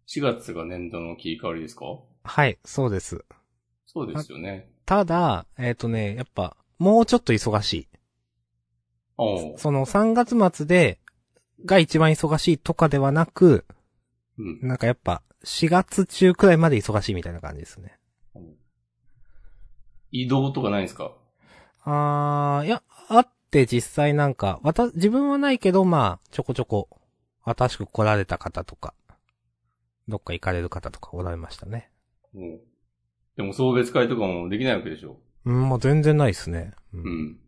A: 4月が年度の切り替わりですか
B: はい、そうです。
A: そうですよね。
B: ただ、えっ、とね、やっぱ、もうちょっと忙しい。
A: おう
B: その3月末で、が一番忙しいとかではなく、
A: うん。
B: なんかやっぱ、4月中くらいまで忙しいみたいな感じですね。
A: 移動とかないんですか
B: あー、いや、あって実際なんか、わた、自分はないけど、まあ、ちょこちょこ、新しく来られた方とか、どっか行かれる方とかおられましたね。
A: もう。でも送別会とかもできないわけでしょ
B: うん、もう全然ないですね。う
A: う。ん。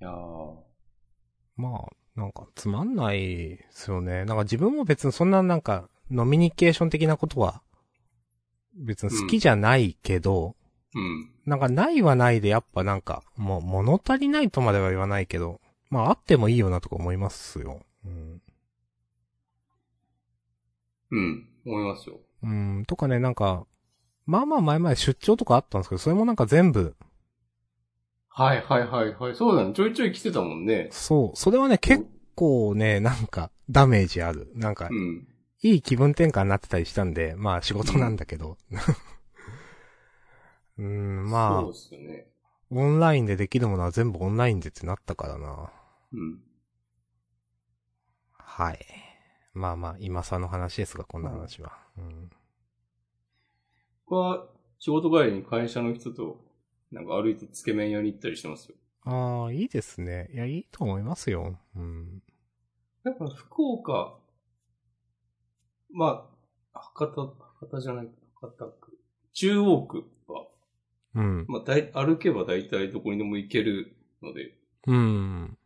A: いやー。
B: まあ、なんかつまんないですよね。なんか自分も別にそんななんか、ノミニケーション的なことは、別に好きじゃないけど、
A: うん。
B: なんかないはないでやっぱなんか、もう物足りないとまでは言わないけど、まああってもいいよなとか思いますよ。うん。
A: うん。思いますよ。
B: うん、とかね、なんか、まあまあ前々出張とかあったんですけど、それもなんか全部、
A: はいはいはいはい。そうだね。ちょいちょい来てたもんね。
B: そう。それはね、結構ね、なんか、ダメージある。なんか
A: う、ん。
B: いい気分転換になってたりしたんで、まあ仕事なんだけど。うん、ま
A: そう
B: あ
A: っ、すよね。
B: オンラインでできるものは全部オンラインでってなったからな。
A: うん。
B: はい。まあまあ、今さの話ですが、こんな話は。うん、
A: 僕は、仕事帰りに会社の人と、なんか歩いてつけ麺屋に行ったりしてますよ。
B: ああ、いいですね。いや、いいと思いますよ。うん。
A: やっぱ福岡、まあ、博多、博多じゃない、博多区。中央区は、
B: うん。
A: まあ、だい歩けば大体どこにでも行けるので、
B: うん。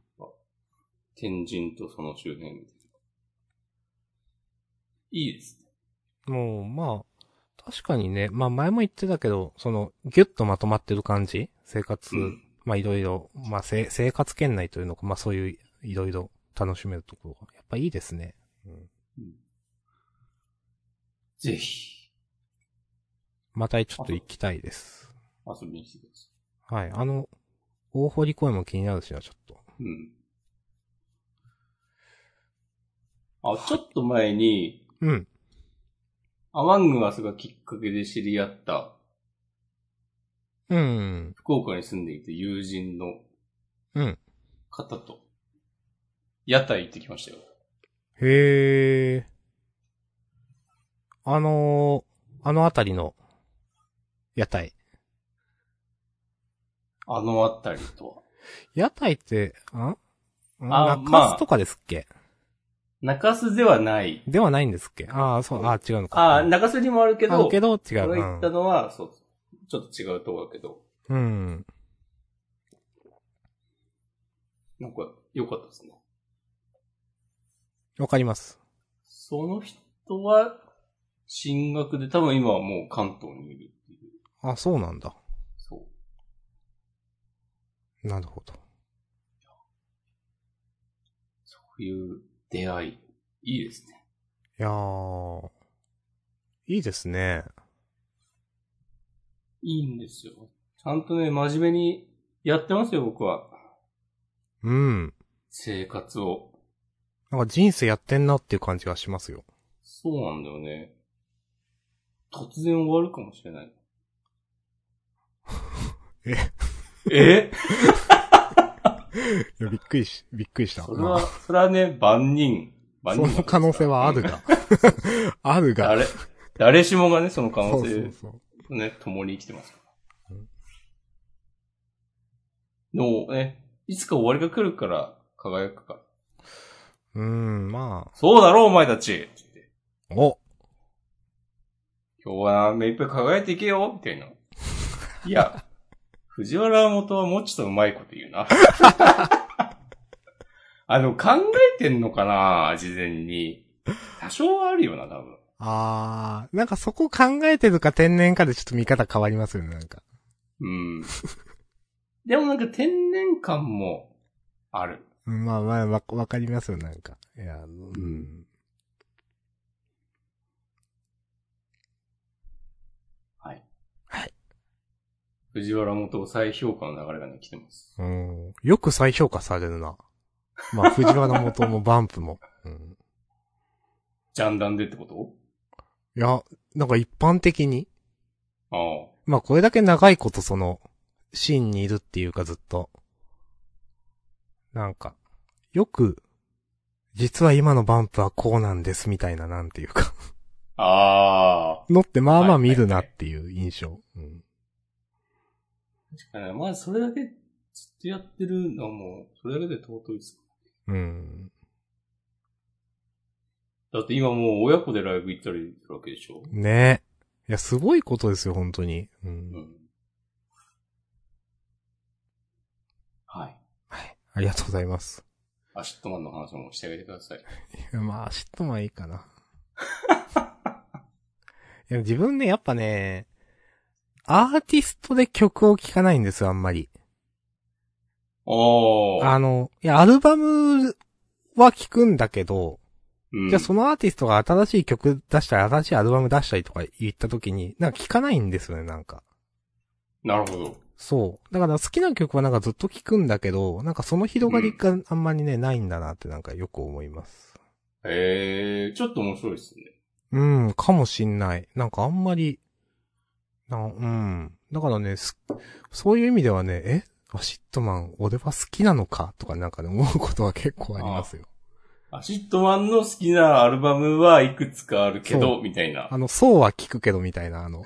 A: 天神とその周辺。いいですね。
B: もう、まあ、確かにね、まあ前も言ってたけど、その、ギュッとまとまってる感じ生活、
A: うん
B: まあいろいろ、まあせ生活圏内というのか、まあそういう、いろいろ楽しめるところが、やっぱいいですね。うん、
A: ぜひ、
B: またちょっと行きたいです。
A: 遊びに来てくださ
B: はい。あの、大堀公園も気になるしな、ちょっと。
A: い。うん。あ、ちょっと前に、
B: うん。
A: アマングアスがきっかけで知り合った、
B: うん。
A: 福岡に住んでいた友人の
B: うん。
A: 方と、屋台行ってきましたよ。
B: へえ。あのー、あのあたりの、屋台。
A: あのあたりとは。
B: 屋台って、んん
A: あ
B: 中洲とかですっけ、
A: 中洲ではない。
B: ではないんですっけああ、そう、ああ、違うのか。
A: ああ、中洲にもあるけ
B: あ
A: ど、
B: るけど違う。
A: 俺
B: う
A: が行った
B: ん。
A: のは、そう、ちょっと違うとこだけど、
B: うん。
A: なんか良かったですね。
B: わかります。
A: その人は、進学で多分今はもう関東にいるっていう。
B: あ、そうなんだ。
A: そう。
B: なるほど。
A: そういう出会い、いいですね。
B: いやー、いいですね。
A: いいんですよ。ちゃんとね、真面目にやってますよ、僕は。
B: うん。
A: 生活を。
B: なんか人生やってんなっていう感じがしますよ。
A: そうなんだよね。突然終わるかもしれない。
B: え
A: え
B: いや、びっくりし、びっくりした。
A: それは、それはね、万人。
B: まあ
A: 万人なん
B: そ
A: ですか
B: の
A: ら
B: 可能性はある。 が。あるが。
A: 誰、誰しもがね、その可能
B: そうそ
A: 性
B: うそう。
A: とね、共に生きてますか
B: う
A: ら
B: ん。
A: の、ね、いつか終わりが来るから輝くか。
B: うーん、ま
A: そうだろう、お前たちつって
B: あ。お
A: 今日は目いっぱい輝いていけよみたいな。いや、藤原元はもうちょっとうまいこと言うな。 あの、考えてんのかな事前に。多少はあるよな、多分。
B: あー、なんかそこ考えてるか天然かでちょっと見方変わりますよね、なんか。
A: うん。でもなんか天然感もある。
B: うんまあまあ、わ、わかりますよ、なんか。いや、うん。
A: 藤原元を再評価の流れがね、来てます。
B: うん。よく再評価されるな。まあ、藤原元もバンプも。うん。
A: ジャンダンでってこと
B: いや、なんか一般的に。
A: ああ。
B: まあ、これだけ長いことその、シーンにいるっていうかずっと。なんか、よく、実は今のバンプはこうなんですみたいな、なんていうか。
A: ああ。
B: のってまあまあ
A: はいはい
B: 見
A: はい
B: るなっていう印象。うん
A: 確かに、まあそれだけずっとやってるのはもう、それだけで尊いっす。
B: うん。
A: だって今もう親子でライブ行ったりするわけでしょ
B: ねえ。いや、すごいことですよ、本当に。う。
A: うんん。はい。
B: ありがとうございます。
A: アシットマンの話もしてあげてください。
B: いやまあ、知ってもいいかな。 いや自分ね、やっぱね、アーティストで曲を聴かないんですよ、あんまり。
A: おー。
B: あの、いや、アルバムは聴くんだけど、
A: うん、
B: じゃあそのアーティストが新しい曲出したり、新しいアルバム出したりとか言った時に、なんか聴かないんですよね、なんか。
A: なるほど。
B: そう。だから好きな曲はなんかずっと聴くんだけど、なんかその広がりがあんまりね、ないんだなってなんかよく思います。
A: ええちょっと面白いですね。
B: うん、かもしんない。なんかあんまり、な、うん。だからね、すそういう意味ではね、えアシットマン、俺は好きなのかとかなんかね、思うことは結構ありますよ。
A: アシットマンの好きなアルバムはいくつかあるけ
B: そ
A: ど、みたいな
B: あ。の、そうは聞くけどみたいな、あの、
A: い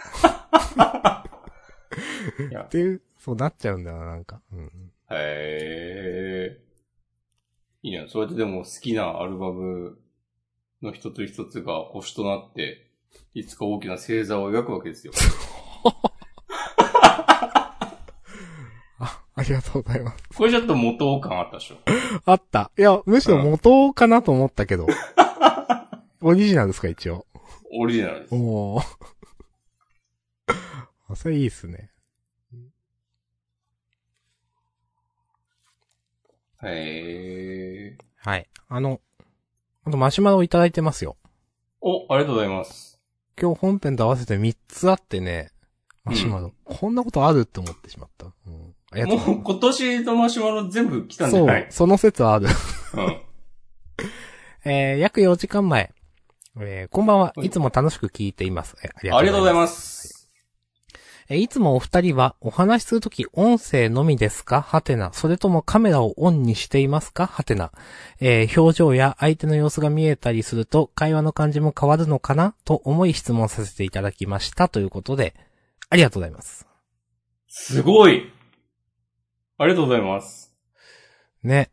A: や
B: っていう、そうなっちゃうんだよな、なんか。うん。
A: へえ。いいな、そうやってでも好きなアルバムの一つ一つが星となって、いつか大きな星座を描くわけですよ。
B: あ、ありがとうございます。
A: これちょっと元感あったでしょ。
B: あった。いや、むしろ元かなと思ったけ ど。オリジナルですか、一応。
A: オリジナルです。
B: おー。あそれいいっすね。
A: へえ。
B: はい。あの、あとマシュマロをいただいてますよ。
A: お、ありがとうございます。
B: 今日本編と合わせて3つあってね、マシュマロ、こんなことあるって思ってしまった。うん。ありがとうござ
A: も
B: いうま
A: 今年のマシュマロ全部来たん
B: す。
A: じ
B: そ
A: ゃ
B: う
A: ない、
B: その説はある。
A: うん。
B: えー、約4時間前。えー、こんばんは。
A: はい
B: いつも楽しく聞いています。えあり
A: ありがとうござい
B: す。
A: ます。
B: えー、いつもお二人はお話しするとき音声のみですかはてな。それともカメラをオンにしていますかはてな。えー、表情や相手の様子が見えたりすると会話の感じも変わるのかなと思い質問させていただきました。ということで、ありがとうございます。
A: すごいありがとうございます。
B: ね。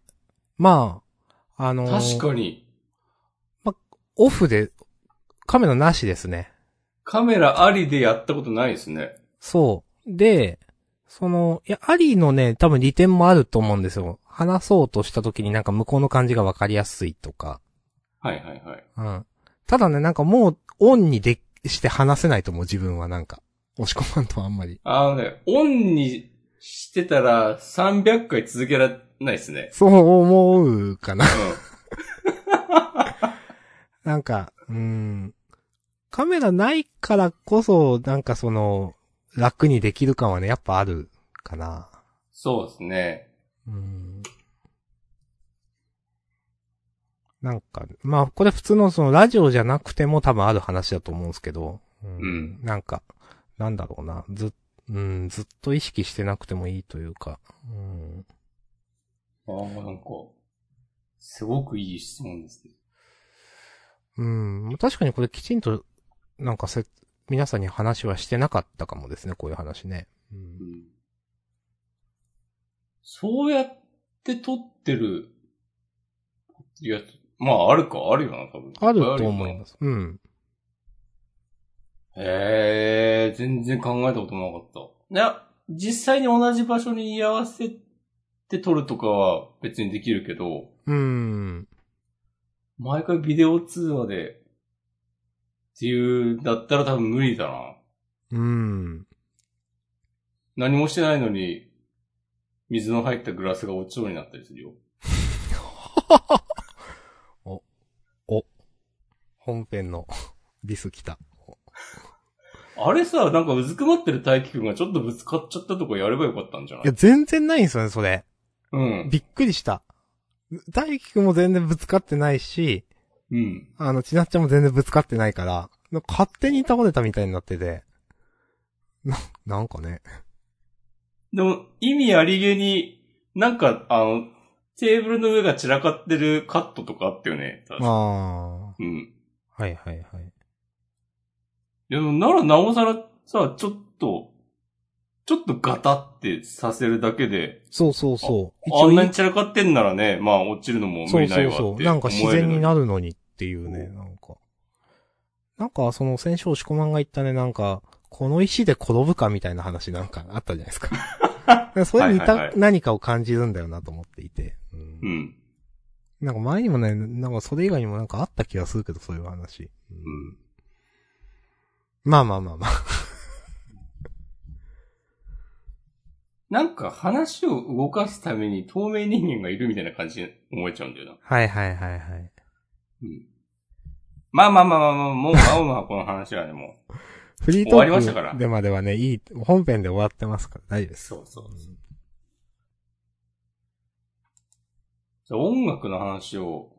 B: まあ、あのー
A: 確かに、
B: オフで、カメラなしですね。
A: カメラありでやったことないですね。
B: そう。で、その、いや、アリーのね、多分利点もあると思うんですよ。話そうとした時になんか向こうの感じがわかりやすいとか。
A: はいはいはい。
B: うん。ただね、なんかもう、オンにで、して話せないと思う、自分はなんか。押し込まんとあんまり。
A: あのね、オンにしてたら300回続けられないですね。
B: そう思うかな。
A: う
B: なんか、うーん。カメラないからこそ、なんかその、楽にできる感はね、やっぱあるかな。
A: ん。そうですね。
B: うんなんか、まあ、これ普通のそのラジオじゃなくても多分ある話だと思うんですけど、うん
A: うん
B: なんか、なんだろうな、ず、うん、ずっと意識してなくてもいいというか、うん、
A: ああ、なんか、すごくいい質問ですね。
B: うん、確かにこれきちんと、なんかせ、皆さんに話はしてなかったかもですね、こういう話ね。うん
A: うんそうやって撮ってる、撮ってるやつ、まああるか、あるよな、多分。。
B: あると思いますす。うん。
A: へえ、全然考えたこともなかった。いや、実際に同じ場所に居合わせて撮るとかは別にできるけど、
B: うん。
A: 毎回ビデオ通話で、っていうんだったら多分無理だな。
B: うん。
A: 何もしてないのに、水の入ったグラスが落ちそうになったりするよ。
B: 本編の ディス来た。
A: あれさ、なんかうずくまってる大輝くんがちょっとぶつかっちゃったとかやればよかったんじゃない
B: いや、全然ないんですよね、それ。
A: うん。
B: びっくりした。大輝くんも全然ぶつかってないし、
A: うん。
B: あの、ちなっちゃんも全然ぶつかってないから、勝手に倒れたみたいになってて。な、なんかね。
A: でも、意味ありげに、なんか、あの、テーブルの上が散らかってるカットとかあったよね。確か
B: あ
A: うん。
B: あ。はいはいはい。
A: いや、でもならなおさらさ、ちょっと、ちょっとガタってさせるだけで、
B: そうそうそう。
A: あんなに
B: い
A: 散らかってんならね、まあ落ちるのも無
B: そう
A: 理な
B: そ
A: いわ
B: う
A: って
B: そ
A: 思
B: う。
A: える
B: なんか自然に
A: る。
B: なるのにっていうね、なんか。なんか、その、先週押し込まんが言ったね、なんか、この石で転ぶかみたいな話なんかあったじゃないです か。それに似
A: はいはい
B: た
A: はい
B: 何かを感じるんだよなと思っていて。うん
A: うん。
B: なんか前にもね、なんかそれ以外にもなんかあった気がするけど、そういう話。うん
A: うん。
B: まあまあまあまあ。
A: なんか話を動かすために透明人間がいるみたいな感じに思えちゃうんだよな。
B: はいはいはいはい。
A: うんまあまあまあまあまあ、もう、青の箱の話はね、もう。
B: フリー
A: 終
B: ト
A: わりましたから
B: ークでまではね、いい、本編で終わってますから大丈夫です。
A: そうそうそう。じゃあ音楽の話を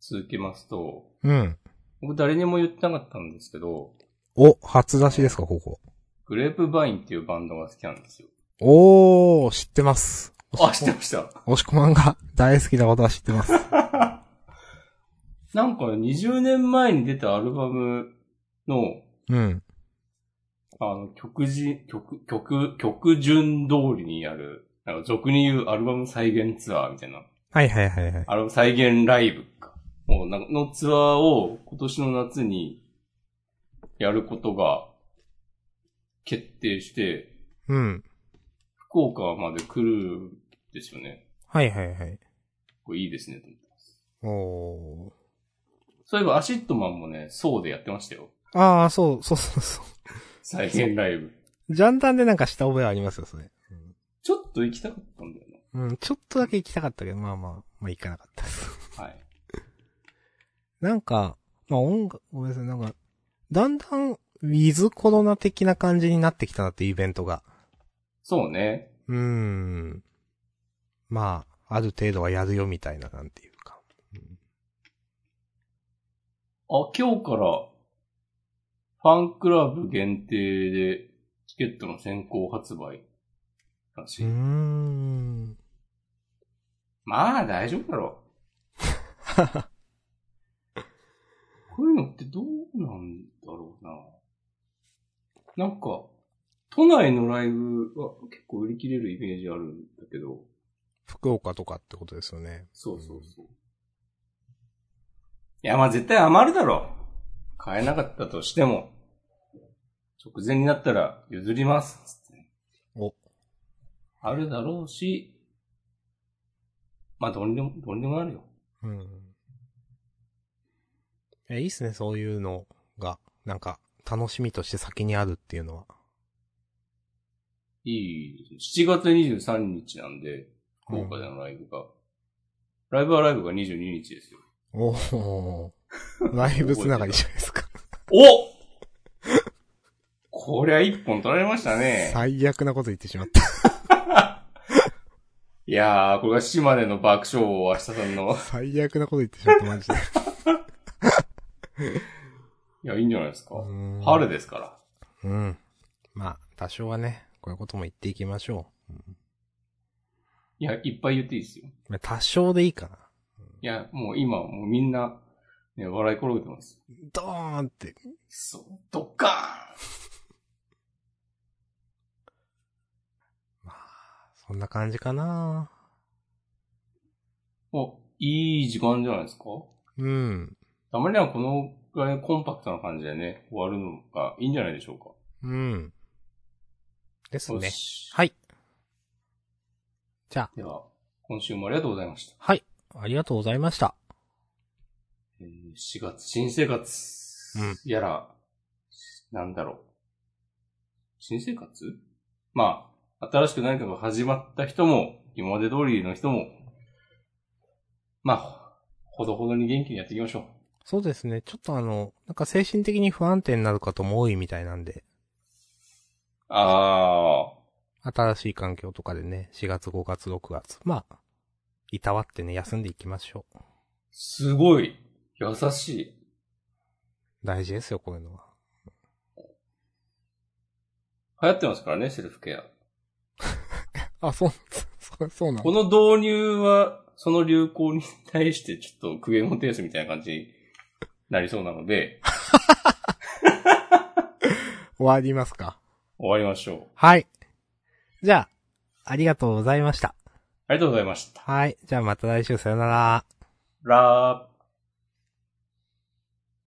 A: 続けますと、
B: うん。
A: 僕誰にも言ってなかったんですけど、
B: お、初出しですか、ここ。
A: グレープバインっていうバンドが好きなんですよ。
B: おー、知ってます。
A: あ、知ってました。
B: 押し込まんが 大好きなことは知ってます。
A: なんか20年前に出たアルバムの、
B: うん。
A: あの、曲じ、曲、曲、曲順通りにやる、なんか俗に言うアルバム再現ツアーみたいな、
B: はいはいはいはい。
A: アルバム再現ライブか、もうなんかのツアーを今年の夏にやることが決定して、
B: うん。
A: 福岡まで来るんですよね。
B: はいはいはい。
A: これいいですね、と思ってます。
B: おー。
A: そういえばアシットマンもね、そうでやってましたよ。
B: ああ、そう、そうそうそ
A: 再現ライブ。
B: う。ジャンダンでなんかした覚えありますよ、それ。
A: ちょっと行きたかったんだよな。
B: うん、ちょっとだけ行きたかったけど、まあまあ、まあ行かなかったです。
A: はい。
B: なんか、まあ音楽、ごめんなさい、なんか、だんだん、ウィズコロナ的な感じになってきたなってイベントが。
A: そうね。
B: うーん。まあ、ある程度はやるよみたいな、なんていうか。
A: あ、今日から、ファンクラブ限定で、チケットの先行発売らし
B: うー
A: い。
B: ん。
A: まあ、大丈夫だろ う。こういうのってどうなんだろうな。なんか、都内のライブは結構売り切れるイメージあるんだけど、
B: 福岡とかってことですよね。
A: そうそうそう。いや、まあ絶対余るだろう。買えなかったとしても、直前になったら譲ります。つって
B: お。
A: あるだろうし、まあどうにでも、どうにでもなるよ。
B: うん。え、いいっすね、そういうのが、なんか、楽しみとして先にあるっていうのは。
A: いいですね。7月23日なんで、福岡でのライブが。ライブはライブが22日ですよ。
B: おお。ライブつながりじゃないです か。
A: お こりゃ一本取られましたね。
B: 最悪なこと言ってしまった。
A: いやー、これが島根の爆笑を明日さん の。
B: 最悪なこと言ってしまった、マジで。
A: いや、いいんじゃないですか。
B: うん
A: 春ですから。
B: うん。まあ、多少はね、こういうことも言っていきましょ
A: いや、いっぱい言っていいですよ。
B: う。まあ多少でいいかな。
A: いや、もう今、もうみんな、ね、笑い転げてます。
B: ドーンって。
A: そう、ドッカーン
B: まあ、そんな感じかな。
A: お、いい時間じゃないですか
B: うん。
A: たまにはこのぐらいコンパクトな感じでね、終わるのがいいんじゃないでしょうか。
B: うん。です
A: よ
B: ね。
A: し
B: はい。じゃあ、
A: では、今週もありがとうございました。
B: はい。ありがとうございました。
A: えー4月、新生活。
B: うん
A: やら、なんだろう。新生活まあ、新しく何かが始まった人も、今まで通りの人も、まあ、ほどほどに元気にやっていきましょう。
B: そうですね。ちょっとあの、なんか精神的に不安定になる方も多いみたいなんで、
A: あ
B: 新しい環境とかでね、4月、5月、6月。まあ、いたわってね、休んでいきましょう。
A: ー、すごい、優しい。
B: 大事ですよ、こういうのは。
A: 流行ってますからね、セルフケア。
B: あ、そう、そう、そうな
A: この導入は、その流行に対してちょっと苦言を呈すみたいな感じになりそうなので、
B: 終わりますか。
A: 終わりましょう。
B: はい。じゃあ、ありがとうございました。
A: ありがとうございました。
B: はい。じゃあまた来週さよなら。
A: ラー。